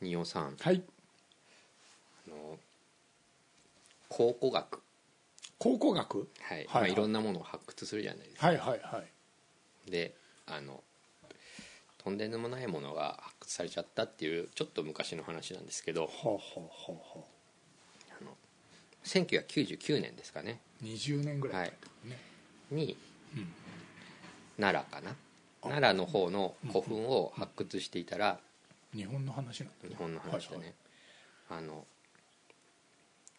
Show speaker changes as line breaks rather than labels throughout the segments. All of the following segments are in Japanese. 二葉さん
はい
あの考古学
考古学
はい、い
は
ま
いはい
あ、いろんなものを発掘するじゃないですか、
はいはいはい
であのとんでもないものが発掘されちゃったっていうちょっと昔の話なんですけど
ほうほうほうほ
あの1999年ですかね
う20年ぐらい
はい
ね
に、
うん
奈良かな奈良の方の古墳を発掘していたら、
日本の話なんだ
日本の話だ
はいはい
ね、あの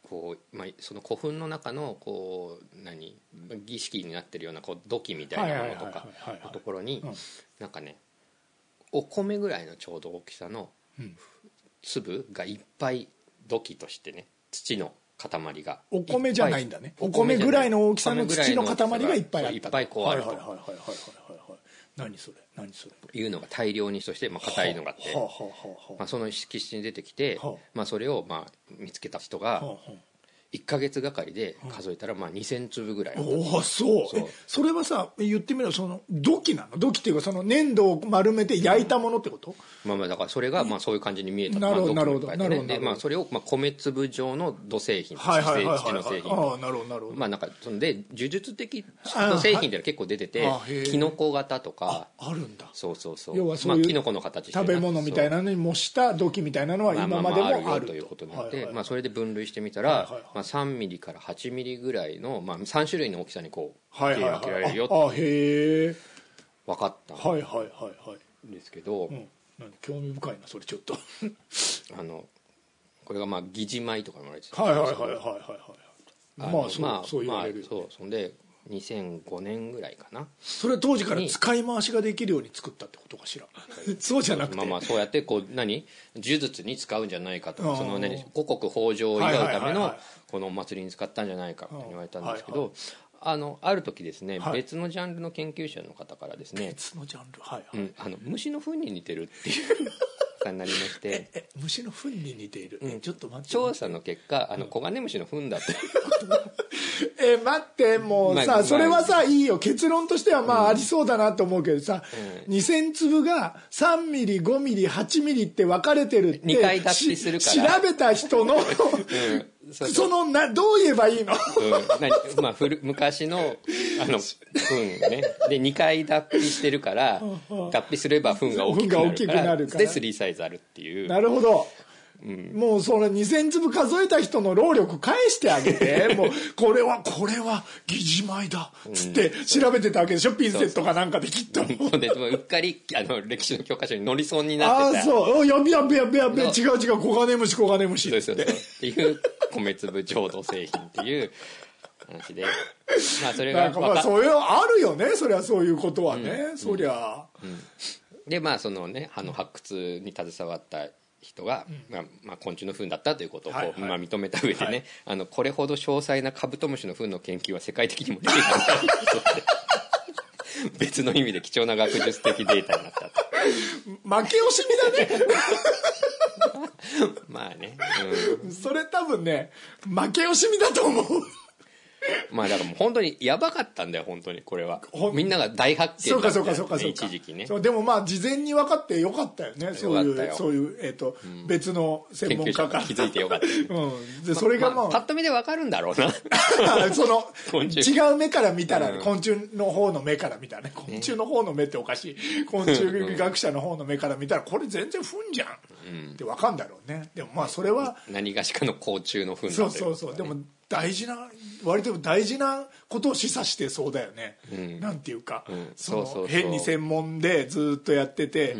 こう、まあ、その古墳の中のこう何儀式になってるようなこう土器みたいなものとか
はいはいはいはいはいはい
のところに
うん
なんかねお米ぐらいのちょうど大きさの
うん
粒がいっぱい土器としてね土の塊が
お米じゃないんだね
っぱ
お米
じゃ
ぐ
な
らいの大きさの
お米ぐら
土の塊がいっぱいあった
いっぱいこうある
はいはいはい
と
はいはいはいはい何それ何それ
いうのが大量にそしてまあ硬いのがあって
はあはあはあはあ
まあその敷地に出てきて
はあ
まあそれをまあ見つけた人が
はあはあ
1か月がかりで数えたらまあ2,000粒ぐらい
おおそう
そう
えそれはさ言ってみればその土器なの土器っていうかその粘土を丸めて焼いたものってこと、
まあまあだからそれがまあそういう感じに見えた
なるほど
まあ
なるほ
ドキ
ど
ュメントやっ
なるほど
てねで
なるほど
まあそれをまあ米粒状の土製品
はいはいはいはい
土の製品
ああなるほどなるほど、
まあなんかそので呪術的の製品っていうのは結構出てて
あへえ
キノコ型とか
あるんだ
そうそうそう
要はそういう
まあキノコの形してる
食べ物みたいなのに模した土器みたいなのは
まあ
今
まあ
ま
ま
で
あある
もあ
よ
る
ということになって
はい
ま
は
あ
い
それで分類してみた
は
ら
いはいはい
まあ3ミリから8ミリぐらいのまあ3種類の大きさにこう
はい
切り
はい
分けられるよ
ああへえ
分かった
はいはいはいはい
んですけど
うんなんか興味深いなそれ ちょっと
あのこれがまあ疑似米とかもらえてた
はいはいはいはいはいはいまあそう,、そう言われるよね、
まあそうそんで2005年ぐらいかな
それは当時から使い回しができるように作ったってことかしらそうじゃなくて
まあまあそうやってこう何呪術に使うんじゃないかと
あ
か
ー
その何五穀豊穣を祝うた
は
め
いはいはい
の
はい
このお祭りに使ったんじゃないかって言われたんですけ
あーはい
どあのある時ですね
はい
別のジャンルの研究者の方からですね
別のジャンルはいはい、
うんあの虫の糞に似てるっていう方になりま して
え虫の糞に似ている、えちょっと待って
調査の結果あのコガネムシの糞だって
え待ってもうさ、
まあまあ
それはさいいよ結論としてはまあありそうだなと思うけどさ、2000粒が3ミリ5ミリ8ミリって分かれてるって
二回合致するから
し調べた 人の、
そう
そのなどう言えばいい
う
の
ん何 まあ、古昔のあの糞ねで2回脱皮してるから脱皮すれば糞が大きくなる
糞
か
が大き
ら
くなるから
で3サイズあるっていう
なるほど、もうその2000粒数えた人の労力返してあげ てもうこれはこれは疑似米だっつって調べてたわけでしょピンセットかなんかできっと。
のでもううっかりあの歴史の教科書に乗りそうにな
あ
っ
あ
て
ー
た
そうおやべやべやべやべ違う
の
違う黄金虫黄金虫
そうそうそうっていう米粒浄土製品っていう話でまあそれ
な
が
んかま
わ
あ
か
そういうあるよねそりゃそういうことはね、そりゃ、
でまあそのねあの発掘に携わった人が、まあまあ、昆虫の糞だったということをこう、
はいはい
まあ、認めた上でね、
はい
あのこれほど詳細なカブトムシの糞の研究は世界的にも出ていたんだということで別の意味で貴重な学術的データになったと
負け惜しみだね
まあね、
それ多分ね負け惜しみだと思う
うん、まあだからもう本当にやばかったんだよ本当にこれは
ほん
みんなが大発
そ
見
う
だ
か
っ
そ
た
うかそうかそうか
一時期ね
そうでもまあ事前に分かってよかったよねそうい
よかった
う
よ
そういう、えっと別の専
研
門
究
家
者
か
が
ら
気づいてよかった、
うん、でそれが
ま
も
あ、
う、
パッと見でわかるんだろうな
その
昆虫
違う目から見たら、ね昆虫の方の目から見たらね昆虫の方の目っておかしい昆虫学者の方の目から見たらこれ全然糞じゃん、って分かんだろうねでもまあそれは、
何がしかの甲虫の糞だとい
そうう
こと
そうそうでも大事な割と大事なことを示唆してそうだよね、なんていうか、そ
そう
の
そうそう
変に専門でずっとやってて、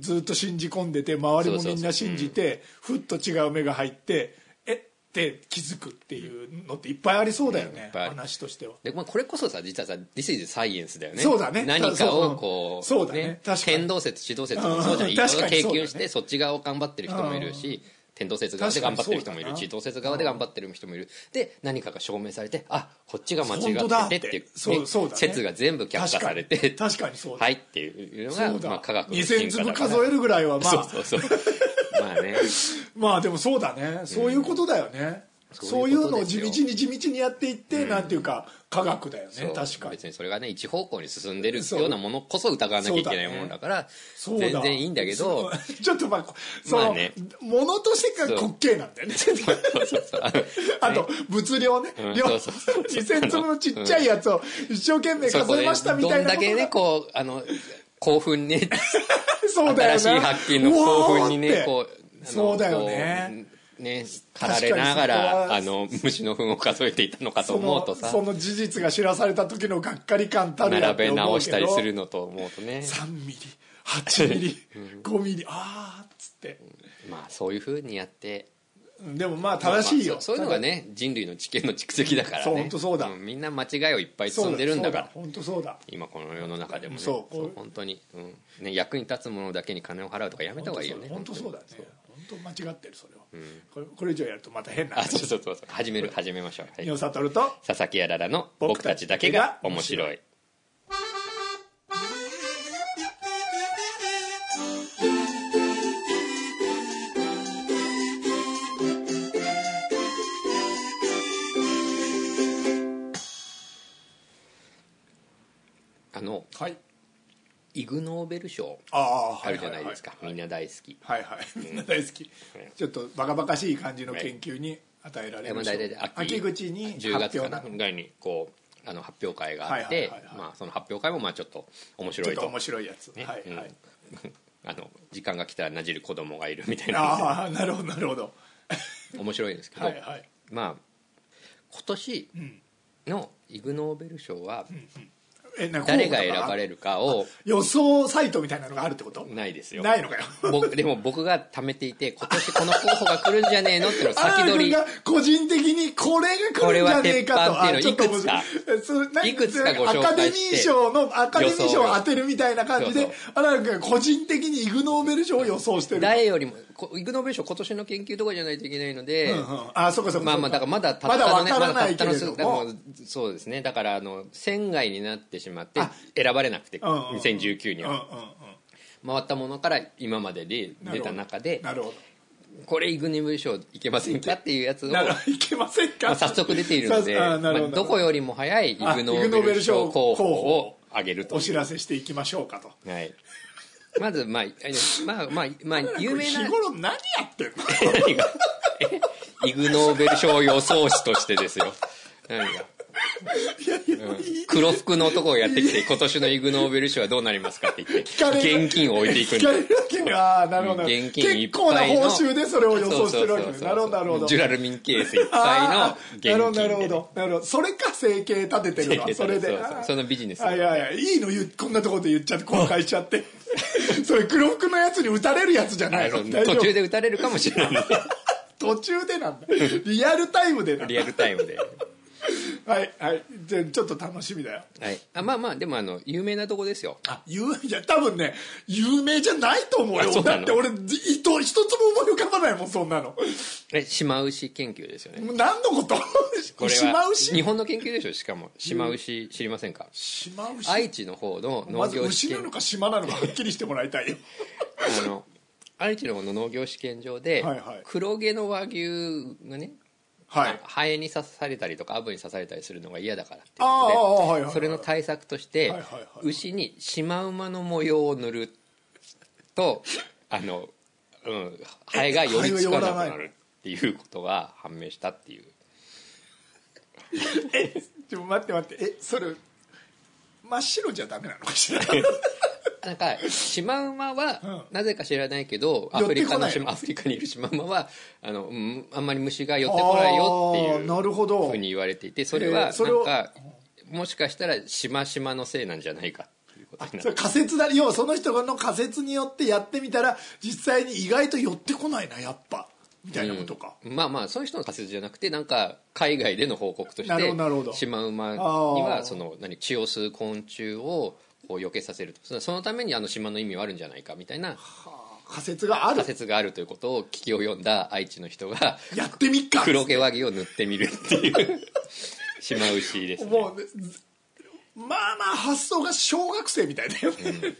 ずっと信じ込んでて周りもみんな信じてふっと違う目が入ってえって気づくっていうのっていっぱいありそうだよね、
ぱいある
話としては。
で、まあ、これこそさ実はさ「This is science」だよね
そうだね
何かをこう
そうそうだね確かに
天動説地動説もそうじゃない
うん
いろい
確
ろ
か
研
にそうだね
究してそっち側を頑張ってる人もいるし天動説側で頑張ってる人もいる
確かにそうだな
地動説側で頑張ってる人もいるで何かが証明されてあこっちが間違
本当だ
っててっていう,、
そうそうだね
説が全部却下され
確
て
かに確かにそうだ
はいっていうの
そう
が、
だ、
まあ、科学の
2000粒
から
数えるぐ らいはまあ
そうそうそうまあね
まあでもそうだねそういうことだよね、そういうのを地道に地道にやっていって、なんていうか科学だよ
そう
ね確かに
別にそれがね一方向に進んでる
そう
ようなものこそ疑わなきゃいけないものだから
そうだ
全然いいんだけど
そう ちょっとまあその、
まあね
ものとしてが滑稽なんだよね
そうそうそう
あと物量ね、
うん
量
そうそうそう
2000粒のちっちゃいやつを一生懸命
そう
数えましたみたいな
それどんだけねこうあの興奮ね
そうだよ
新し
ね
い発見の興奮に
うおーっ
ね
て
こうあの
そうだよね
こうね駆られなが
確
ら
か
あ
にそ
の虫の糞を数えていたのかと
そ
思う
の
とさ
その事実が知らされた時のがっかり感たるや
並
っ
べ
て思
直
う
し
け
たり
ど
するのと思うとね
3ミリ8ミリ5ミリああっつって
まあそういうふうにやって
でもまあ正しい
まあ
よ、
まあそうそういうのがね人類の知見の蓄積だからね
そう本当そうだ
んみんな間違いをいっぱい
そう
積んでるんだから
そう本当そうだ
今この世の中でもね
そう
本当に、うんね、役に立つものだけに金を払うとかやめた方がいいよね
本当そうだね
本
本当間違ってるそれは、これこれ以上やるとまた変な
当にあそう
話
そうそうそう始める始めましょう、はい
よさとると
佐々木やららの「僕たちだけが面白い」あの
はい
イグ・ノーベル賞
ああ
あるじゃないですか、みんな大好き、
はいはいみんな大好き、ちょっとバカバカしい感じの研究に与えられ
で
る
も大体秋
秋口に
10
発
月
表
かな
な
ぐらいにこうあの発表会があって、
はいはいはいはい
まあ、その発表会もまあちょっと面
ち
白
ょっ
い
と
と
面白いやつ、
ね
はい
うん
はい、
あの時間が来たらなじる子供がいるみたいな
ああなるほどなるほど
面白いん ですけど、
はいはい
まあ今年のイグ・ノーベル賞は
えなんか
誰が選ばれ
る
るかを
予想サイトみたいなのがあるってこと
ないですよ
ないのかよ
僕でも僕が貯めていて今年この候補が来るんじゃねえのっていうのを
ア
先取
ル君
り
が個人的にこれが来るんじゃねえかと
これは鉄板っていうの
あちょっと面白
いくつかいくつかご紹介して
アカデミー賞のアカデミー賞を当てるみたいな感じ
そう
で荒木君が個人的にイグ・ノーベル賞を予想してる
誰よりもこイグ・ノーベル賞今年の研究とかじゃないといけないので、
うんうんあそっかそっか
まあまあだからまだた
ま
った
だ
の
わ
ね
からないけれ
ま
ど
だたったの
も
数だからそうですねだからあの選外になってしまって選ばれなくて
うんうんうん
2019に
うんうんう
は回ったものから今までで
ん
出た中で
なるほ
これイグ・ノーベル賞いけませんかっていうやつを
どなるほどいけませんか
まあ早速出ているので
さあなるほ
ま
ど
あどこよりも早いイグ・
あ
ノーベル賞候補を挙げると
お知らせしていきましょうかと
はいまずまああのまあまあまあ有名
日
な
頃何やってん の
何がえイグ・ノーベル賞予想士としてですよ何が
いやいやいい
黒服の男がやってきて今年のイグ・ノーベル賞はどうなりますかって言って
かれる
現金を置いていくん
聞かれ
で
るわけがあーなるほど
現
結
金いっ
構な
ぱいの
報酬でそれを予想してるわけ
そう
ね
そうそうそう
なるほどなるほど
ジュラルミンケースいっぱいの現金で
なるほどなるほどなるほどそれか生計立ててる
生計立
わ
て
それで
そうそう
あー
そのビジネス
あいやいやいいの言うこんなところで言っちゃって公開しちゃって それ黒服のやつに打たれるやつじゃないの
あの
大丈
途
夫
中で打たれるかもしれないんで
途中でなんだリアルタイムでなんだ
リアルタイムで、
はいはいじゃあちょっと楽しみだよ
はい、あまあまあでもあの有名なとこですよ
あ、有名、いや、多分ね、有名じゃないと思う
あ
よ。
そうな
だ
の
って俺、ず一つも思い浮かばないもん、そんなの。
え島牛研究ですよね
もう何のこと
これは
島
日
牛
本の研究でしょしかも島牛知りませんか
島牛
愛知の方の
ま
農
ず
業
牛
試
な
験
のか島なのかはっきりしてもらいたいよ。
あの愛知の方の農業試験場で
はいはい
黒毛の和牛がね
はい。
ハエに刺されたりとかアブに刺されたりするのが嫌だからっていう
ああ、あ
こ
あはい
と
は
で
い。
それの対策として
はいはいはい
牛にシマウマの模様を塗るとあの、うん、ハエがよりつかなくなるっていうことが判明したっていう
ちょ、待って待って。え、それ、真っ白じゃダメなのか しら。
なんかシマウマは
う
なぜか知らないけど、ア
寄っ
フ
て
リカ
こ
の
ない
シマアフリカにいるシマウマはあのうんあんまり虫が寄ってこないよって
あ
い
あ、
う
なるほど
ふう。に言われていてそれは
えーそれを
なんかもしかしたらしましまのせいなんじゃないかっていうことにな
そ
る
れ仮説だ要はその人の仮説によってやってみたら実際に意外と寄ってこないなやっぱみたいなことか、
まあまあそういう人の仮説じゃなくてなんか海外での報告とし
なるほ
て
どなるほど
シマウマに
あ
は
ー
その何血を吸う昆虫をこう避けさせるとそのそのためにあの島の意味はあるんじゃないかみたいな
仮説がある
仮説があるということを聞きを読んだ愛知の人が
やってみっか
黒毛和牛を塗ってみるっていう島牛ですね
もうねずまあまあ発想が小学生みたいだよね、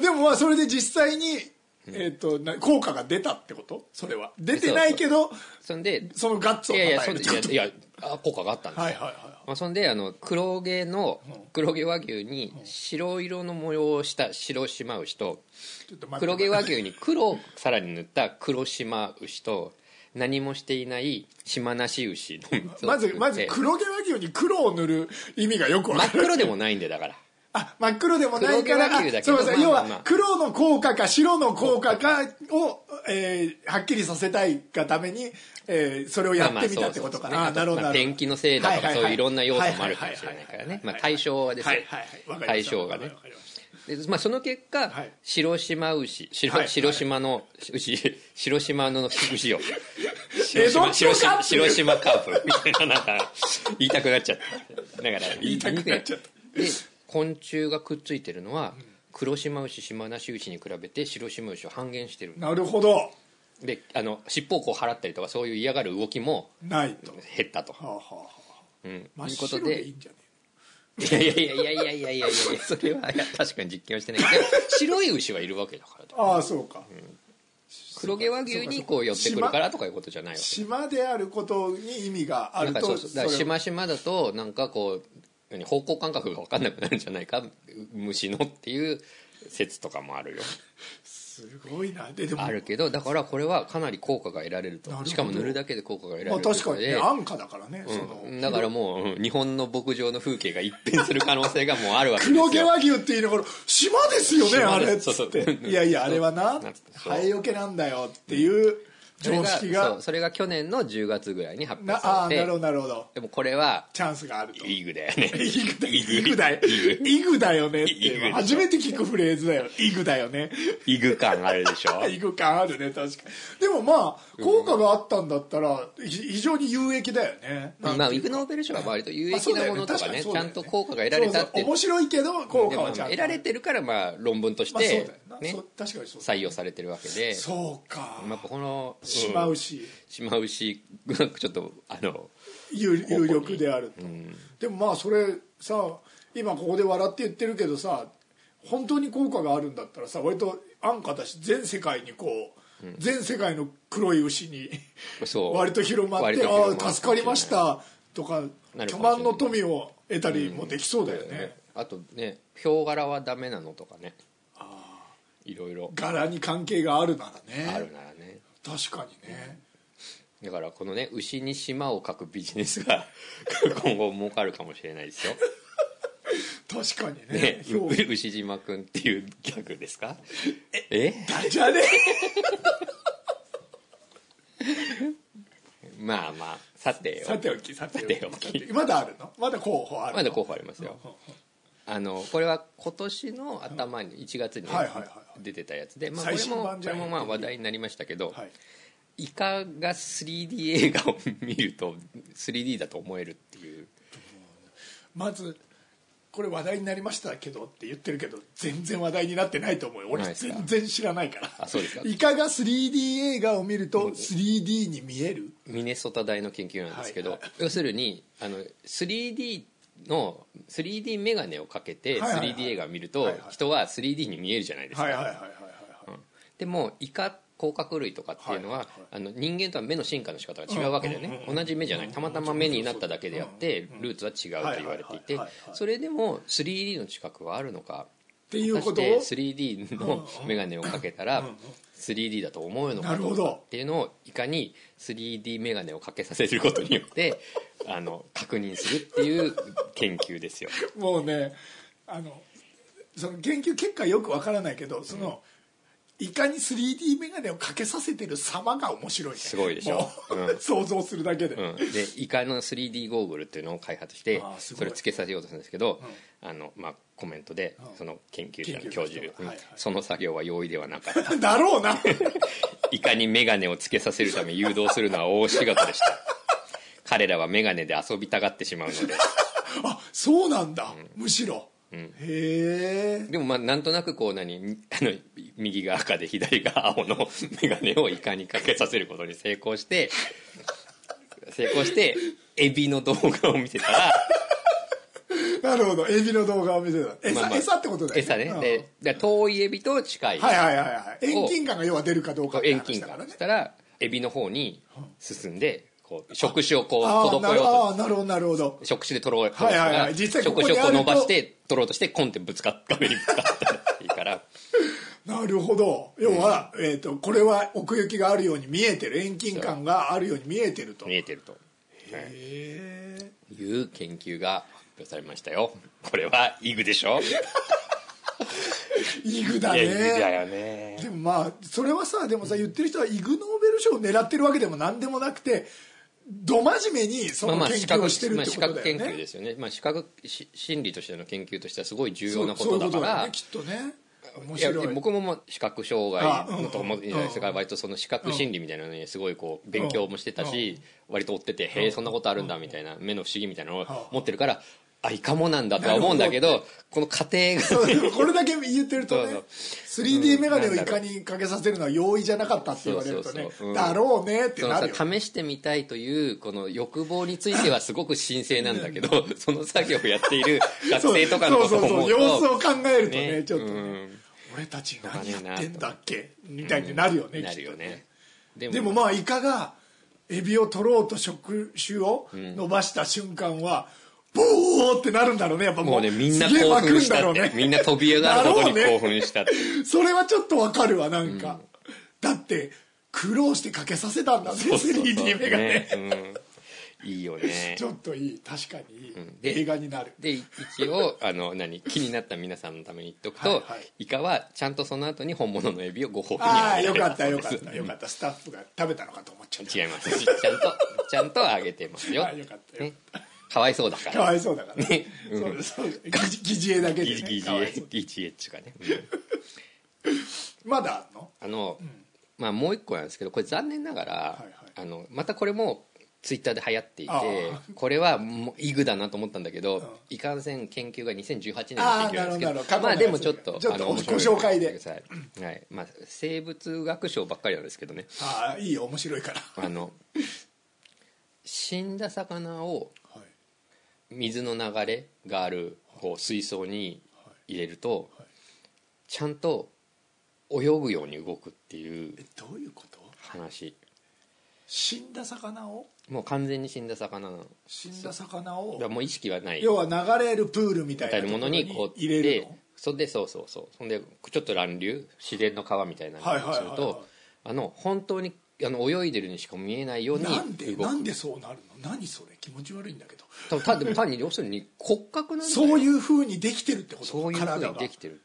でもまあそれで実際にえっとな効果が出たってことそれは出てないけど
そんで
そのガッツを
い
与
やい
え
やそん
るっ
で
てこと
いやいやあ効果があったんですよ
はいはいは
まあ、そんであの黒毛の黒毛和牛に白色の模様をした白島牛と
いちょっと待って
黒毛和牛に黒をさらに塗った黒島牛と何もしていない島なし牛の三つを
まず
作って
まず黒毛和牛に黒を塗る意味がよくわ
真
か
っ
る
黒でもないんでだから
あ真っ黒でもないから
黒毛和牛だ
あ
け
そ
ど
うそう
まあ
要
まあまあ
は黒の効果か白の効果かを、えーはっきりさせたいがために、えーそれをやってみたってことかな、
まあ
あ
まあ
なる
そうそ
ほ
う
ど
まあ
なるほど
天気のせいだとか
は
そ
は
ういう
はい
ろんな要素もあるかもしれないからねまあ対象はです
は
ね
いはいはいわかりました
対象がね
わかりました
でまあ、その結果、
はい
白島牛白,、
はい
白島の牛 白島の牛を
え
白
ど
島
っちも
白島
かっていう
白島カープみたいななんか言いたくなっちゃっただから
言いたくなっちゃった
で昆虫がくっついてるのは黒島牛島なし牛に比べて白島牛を半減してる
なるほど
であの尻尾をこう払ったりとかそういう嫌がる動きも
ないと、は
減ったと、
あはあは
うん、
あ、
とい
真っ
うこと
白
で
でいいんじゃね
いやいやいやいやいやいやいやいやそれはいや確かに実験はしてないけど白い牛はいるわけだから
ああそうか、
黒毛和牛にこう寄ってくるからとかいうことじゃないわけ
島であることに意味があ
な
る
んか
と
そうそうだから
そ
し
れ
ましまだとなんかこう何方向感覚が分かんなくなるんじゃないかう虫のっていう説とかもあるよ
すごいなででも
あるけどだからこれはかなり効果が得られると
なるほど
しかも塗るだけで効果が得ら
ま
れる
あ
という
確
こ
か
と
に
で
ね安価だからね、その
うんだからもううん日本の牧場の風景が一変する可能性がもうあるわけですよ
黒毛和牛っていうのこれ島ですよね
島
あ
です
れっつ
そ
っ
うそう
ていやいやあれは
な
な
んつってそう
生えよけなんだよっていう
それ
常識
そ
が
うそれが去年の10月ぐらいに発
な
表
あ
さ
あ
れ
なるほど
て
なるほど
でもこれは
チャンスがあると イ
イグだよね
グだイグだよイグだよねっていう
イグ
初めて聞くフレーズだよイグだよね
イグ感あるでしょ
イグ感あるね確かにでもまあ効果があったんだったらひ非常に有益だよねなん
まあ
てい
イ
うか
グノーベル賞は割と有
まあそ
益
うだ
な
よ
ものとか
確
ね
にそう
ち
だ
ゃ
よ
んと効果が得られたっ
そう
て
そう面白いけど効
で
果
も
はちゃんと
得られてるからまあ論文とし
まあそうだよ
て
な
ね
そう確かにそうだ
採用されてるわけで
そうか
まあこのうん
しまうし
島牛が ちょっとあの
有有力であると、でもまあそれさ今ここで笑って言ってるけどさ本当に効果があるんだったらさ割と安価だし全世界にこう、全世界の黒い牛に
そう
割と広まっ
割
て「
と広まる
ああ助かりました」とか
なる
巨
かもしれない
万の富を得たりもできそうだよね、
あとねヒョウ柄はダメなのとかねいろいろ
柄に関係があるならね
あるならね
確かにね、
だからこのね牛に島を描くビジネスが 今後儲かるかもしれないですよ
確かにね
ね、
評価
う牛島くんっていうギャグですかえ
じゃね
まあまあさ てよ
さておきさてお
さ
き
ておき
まだあるのまだ候補あるの
まだ候補ありますよあのこれは今年の頭に1月にね
はいはいはいは
出てたやつで、まあ、こ
最
れ
新
もこ
版じゃ
れ
ん
もまあ話題になりましたけど、
はい
イカが 3D 映画を見ると 3D だと思えるっていう
まずこれ話題になりましたけどって言ってるけど全然話題になってないと思うよ俺
ないですか
全然知らないから
あそうですか
イカが 3D 映画を見ると 3D に見える
ミネソタ大の研究なんですけど、
はいは
要するにあの 3D の 3D メガネをかけて
はいはいはい
3D 映画を見ると、
はいはい
人は 3D に見えるじゃないですか、
はいはいはいはいはい
でもイカ甲殻類とかっていうのは、
はい
あの人間とは目の進化の仕方が違うわけだよね、同じ目じゃないたまたま目になっただけであって、ルーツは違うと言われていて、
はいはいはいはいはい
それでも 3D の知覚はあるのか
っていうことを
果たして 3D の眼鏡をかけたら 3D だと思うのか
なる
ど
ほ
うか
ど
っていうのをいかに 3D 眼鏡をかけさせることによって あの確認するっていう研究ですよ
もうねあのその研究結果よくわからないけどその、いかに 3D メガネをかけさせてる様が面白い、ね、
すごいでしょ
もう
う
想像するだけで、
うん、でイカの 3D ゴーグルっていうのを開発して
あーすごい
それをつけさせようとするんですけど、あのまあ、コメントで
ん
その研究者の
研究
教
者の人が
授、
はいはい
その作業は容易ではなかった
だろうな
イカに眼鏡をつけさせるため誘導するのは大仕事でした彼らは眼鏡で遊びたがってしまうので
あそうなんだ、むしろ、へえ
でもまあなんとなくこう何にあの右が赤で左が青の 眼鏡をイカにかけさせることに成功して成功してエビの動画を見てたら
なるほどエビの動画を見てた 餌,、
まあまあ
餌ってことだよね
餌ね
うん
でで遠いエビと近い、
はいはいはいはい遠近感が要は出るかどう
こ
かっ
う
て
遠
話
近
だか
感
ら
し
ね
たらエビの方に進んでこう触手をこう
ああな
滞
る
ようと
あーなるほどなるほど
触手で取ろうと
はいはいはい実際ここ
触
に
手をこう
ある
伸
と
ばして取ろうとしてコンってぶつかっ壁にぶつかったらいいから
なるほど要は、えー、とこれは奥行きがあるように見えてる遠近感があるように見えてると
見えてると
へえ
いう研究が発表されましたよこれはイグでしょ
イグだ
いやイグだ
ね
よね
でもまあそれはさでもさ言ってる人はイグ・ノーベル賞を狙ってるわけでも何でもなくてど真面目にそ
まあまあ
の研
視
究
覚
をしてる
ま
っ
あ
て
視
こと
覚
だよ
研究
ね
ですよね、まあ、視覚し心理としての研究としてはすごい重
そ
要な
う
こ
そうい
と
うこ
だか
とだよ
ら
ねきっとね面
いや
白い
僕ももう視覚障害のと思う
あうん
じゃないですか割とその視覚心理みたいなのにすごいこう勉強もしてたし割と追っててへえそんなことあるんだみたいな目の不思議みたいなのを持ってるからあいかもなんだとは思うんだけどこの過程が
これだけ言ってるとね
そう
3D メガネをいかにかけさせるのは容易じゃなかったって言われるとね
そうそうそううん
だろうねって
そ
な
の
る
さ
よ
試してみたいというこの欲望についてはすごく神聖なんだけど その作業をやっている学生とかのことを
そうそう
思
そうう様子を
と
考えるとね
ね
ちょっとね、
うん
俺たち何やってんだっけみたいになるよね、
な
き
る
っと
よね
でもまあイカがエビを取ろうと触手を伸ばした瞬間は、ボーってなるんだろうねやっぱもう
もうねみんな
すげえ
興
湧く
奮
ん
し
だ
た
ろ
っ
う
て
ね
みんな飛び上がることに
だろうね
興奮したって
それはちょっとわかるわなんか、だって苦労してかけさせたんだね 3D メガネ
ねうんいいよね
ちょっといい確かにいい、
で
映画になる
で一応あの何気になった皆さんのために言っとくと
はいはい
イカはちゃんとその後に本物のエビをご褒美に
ああ
あげ
よ
てま
かっ
す
たよかっ
そう
た
で
よかったスタッフが食べたのかと思っちゃっ
す
た
違いますちゃんとちゃんとあげてますよ
あよかったよ
ね、かわいそうだか
からわいそうだからね、そうそう疑疑似絵だけ
ギ
で、
ジ
ね、
ギジ
かわいそう
ギジエッチがね、うん
まだあんの
あの、まあもう一個なんですけどこれ残念ながら、
いはい
あのまたこれもツイッターで流行っていて
ああ
これはもうイグだなと思ったんだけど、いかんせん研究が2018年の
ああ
研究なんですけ
な
ど
るほどなるほ
まあ
ど過去のやつ
でもちょっと
ちょっと
あの
ご
面白い
ご紹介で
見てくださいはいまあ、生物学賞ばっかりなんですけどね
ああいいよ面白いから
あの死んだ魚を
はい
水の流れがあるこう水槽に入れると
はい
ちゃんと泳ぐように動くっていう
えどういうこと
話
死んだ魚を
もう完全に死んだ魚なの
死んだ魚
だから
を
もう意識はないみ
要は流れるプールみたい
た
ない
なものにこう
入れる
でそんでそうそうそうそんでちょっと乱流自然の川みたいなの
はいはい
に
は
す
い
る
はい
とあの本当にあの泳いでるにしか見えないよう
の
に
なんで
動
な
く
んでそうなるの何それ気持ち悪いんだけど
多分たでも単に要するに骨格なんだよ
そういうふうにできてるってこと
そういうふう
体
に
が
できてる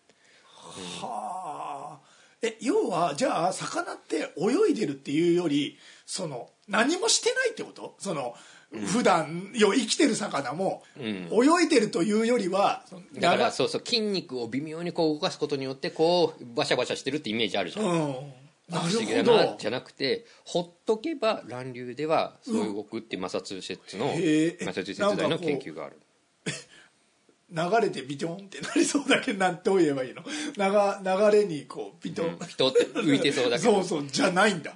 はあえ要はじゃあ魚って泳いでるっていうよりその何もしてないってことその普段よ生きてる魚も泳いでるというよりはその
だから
流
そうそう筋肉を微妙にこう動かすことによってこうバシャバシャしてるってイメージあるじゃん
うんな
不思議だ
るほ
な
ど
じゃなくてほっとけば乱流ではそう動くっていうマサチューセッツの、
へえ
マサチューセッツ大の研究がある
流れてビトンってなりそうだけどなんて言えばいいの流流れにこうビトン、
人って浮いてそうだけ
そ
ど
うそうじゃないんだ、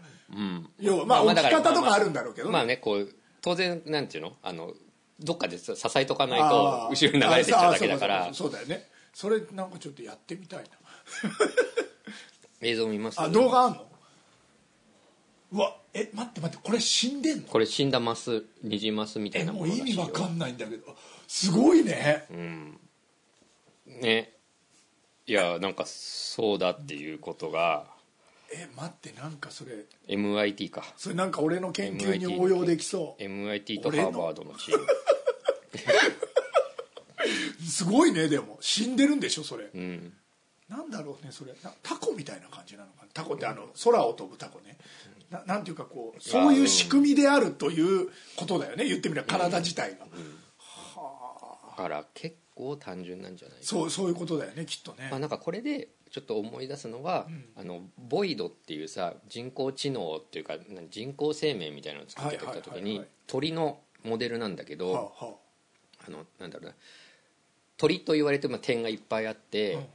要はまあ
まあまあ
置き
だか
方
らまあ
と
ま
か
あ
あるんだろうけどね、
まあねこう当然なんていうのあのどっかでさ支えとかない
あ
と
ー
後ろに流れてっちゃうだけだか
あ
ら
ーそうかそうかそうかそうだよねそれなんかちょっとやってみたいな
映像見ます
あ動画あんのうわえ待って待ってこれ死んでんの
これ死んだマスニジマスみた
え
いな
も
も
う
のらし
意
い
味
よ
わかんないんだけどすごいね、
ねいやなんかそうだっていうことが
え待ってなんかそれ
MIT か
それなんか俺の研究に応用できそう
MIT とハーバードのチーム
すごいねでも死んでるんでしょそれ、
うん
なんだろうねそれなタコみたいな感じなのかなタコってあの空を飛ぶタコねななんていうかこうそういう仕組みであるということだよね言ってみれば体自体が、
だから結構単純なんじゃない
そうそういうことだよねきっとね、
まあ、なんかこれでちょっと思い出すのは、あのボイドっていうさ人工知能っていうか何人工生命みたいなのを作ってた
はいはいは
時
いは
に
い
鳥のモデルなんだけど、
はあはあ
あのなんだろうな鳥と言われても点がいっぱいあって、
んうん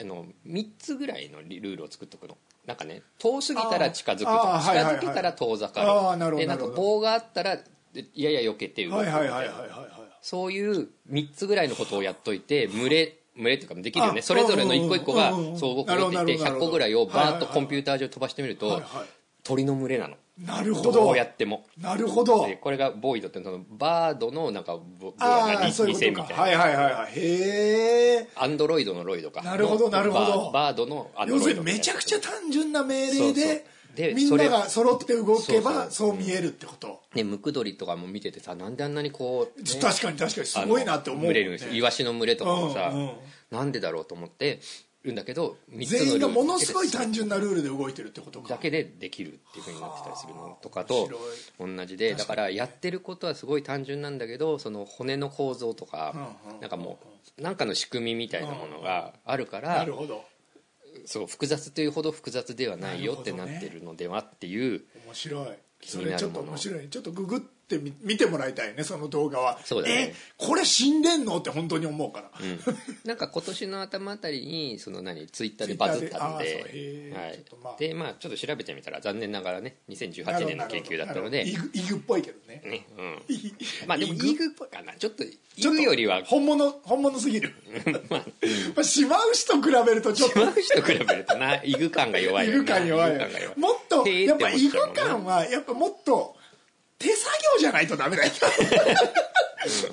あの3つぐらいのルールを作っとくのなんかね遠すぎたら近づくとか
あー
近
はいはいはい
づけたら遠ざかる、
あーなるほど
でなん
な
か
るほど
棒があったらでやや避けて動くみ
は
た
い
いな、
はいはいはいはいはい
そういう3つぐらいのことをやっといて群れ群れっていうかできるよね
あ
それぞれの一個一個が
うんうんうん
相互交互っていって
なる
100
ほどなるほど
個ぐらいをバーッと
はいはいはい
コンピューター上に飛ばしてみる
はい
と
はい
鳥の群れなの
なるほ
ど
ど
うやっても
なるほど
でこれがボーイドってそのバードのなんかボボ
あ
ー
あ
イ
そういう
偽み
こ
たい
とか
な、
はいはいはいはいへえ
アンドロイドのロイドか
なるほど
の
なるほど
バーバードのアンド
要す
ロイ
る
ド
に
みたいな
めちゃくちゃ単純な命令
そう
で
そうで
みんなが
そ
揃って動けば
そ
そう
そう
う見えるってこと
ねムクドリとかも見ててさなんであんなにこう、ね
確かに確かにすごいなって思うもん
群
ね
れるんですイワシの群れとかもさ、
うんうん
なんでだろうと思ってるんだけど3つのルール
全員がものすごい
だけで
単純なルールで動いてるってことか
だけでできるっていうふうになってたりするのとか
はあ
と
面
同じでだからやってることはすごい単純なんだけどその骨の構造とか
うんうん
なんかもうなんかの仕組みみたいなものがあるか
な
ら
るほど
そう複雑というほど複雑ではないよって
な
な
るほどね
ってるのではって いう
面白い
気
そ
になるもの
れちょっと面白いちょっとググってみ見てもらいたいねその動画は
そうだね
えこれ死んでんのって本当に思うから、
なんか今年の頭あたりにその何ツイッターでバズったん
ツイッターであーそ
で
うへー
はい
ちょっとまあ
でまあちょっと調べてみたら残念ながらね2018年の研究だったので
なるほどなるほどイグイグっぽいけどね
ねうん まあでも
イ
イ
グ
グっぽいかなちょっとイグよりは
本物本物す ぎる、まあ、しまう人比べるとちょっと
違う人と比べるとなイグ感が弱い
イ
よな
グ感弱い
イグ
よ
感が弱い
もっと
へー
やっぱ
て
イ
思
グ
ちゃうもんな
感はやっぱもっと手作業じゃないとダメだよ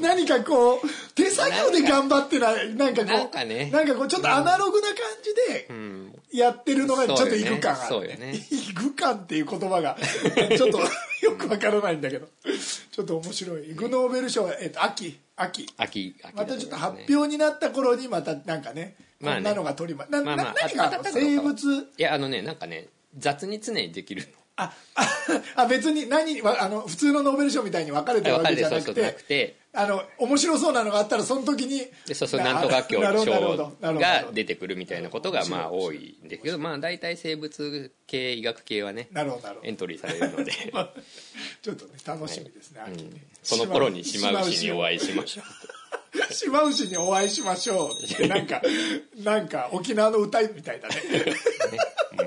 何かこう手作業で頑張ってないなんかこう
なんかね
なんかこうちょっとアナログな感じでやってるのがちょっとイグ感あ
そう
る
よね
イグ感っていう言葉が ちょっとよくわからないんだけどちょっと面白いイグ・ノーベル賞は、えっと、秋秋
秋秋だ
ま
と
た
思
ち
い
ょっと
ます
発
ね
表になった頃にまたなんかね、
まあね
こんなのが取りま、な
まあま
な
あ
何があるの
暖かい
生
のか
物
いやあのねなんかね雑に常にできる
あ ああ別に何にわあの普通のノーベル賞みたいに分かれてるわけじゃな
分かれてそ
く
うそうな
て
くて
あの面白そうなのがあったらその時に
でそうそう
な
なんとか教
なるほどなるほ
賞
どなるほど
が出てくるみたいなことがまあ
面
多いんですけどまあ大体生物系医学系はね
なるほどなるほど
エントリーされるので
ちょっとね楽しみですね、秋ね
その頃に島牛にお会いしましょ
島牛にお会いしましょうってなんかなんか沖縄の歌みたいだね
う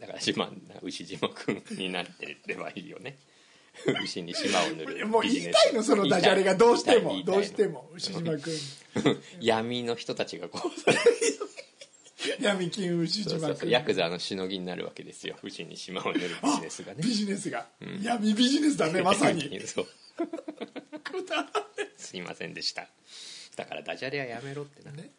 だから島牛島君になってればいいよね 牛に島を塗る
もう
ビ
言
ジ
い
ネス
たいのそのダジャレがどうしても
言いたい
どうして
言い
も牛島 君
たいの闇の人たちがこう
闇金牛
そうそ
島
うそう
君
ヤクザのしのぎになるわけですよ牛に島を塗るビジネスがね
ビジネスが、闇ビジネスだ ねまさに
そうすいませんでしただからダジャレはやめろってな、
ね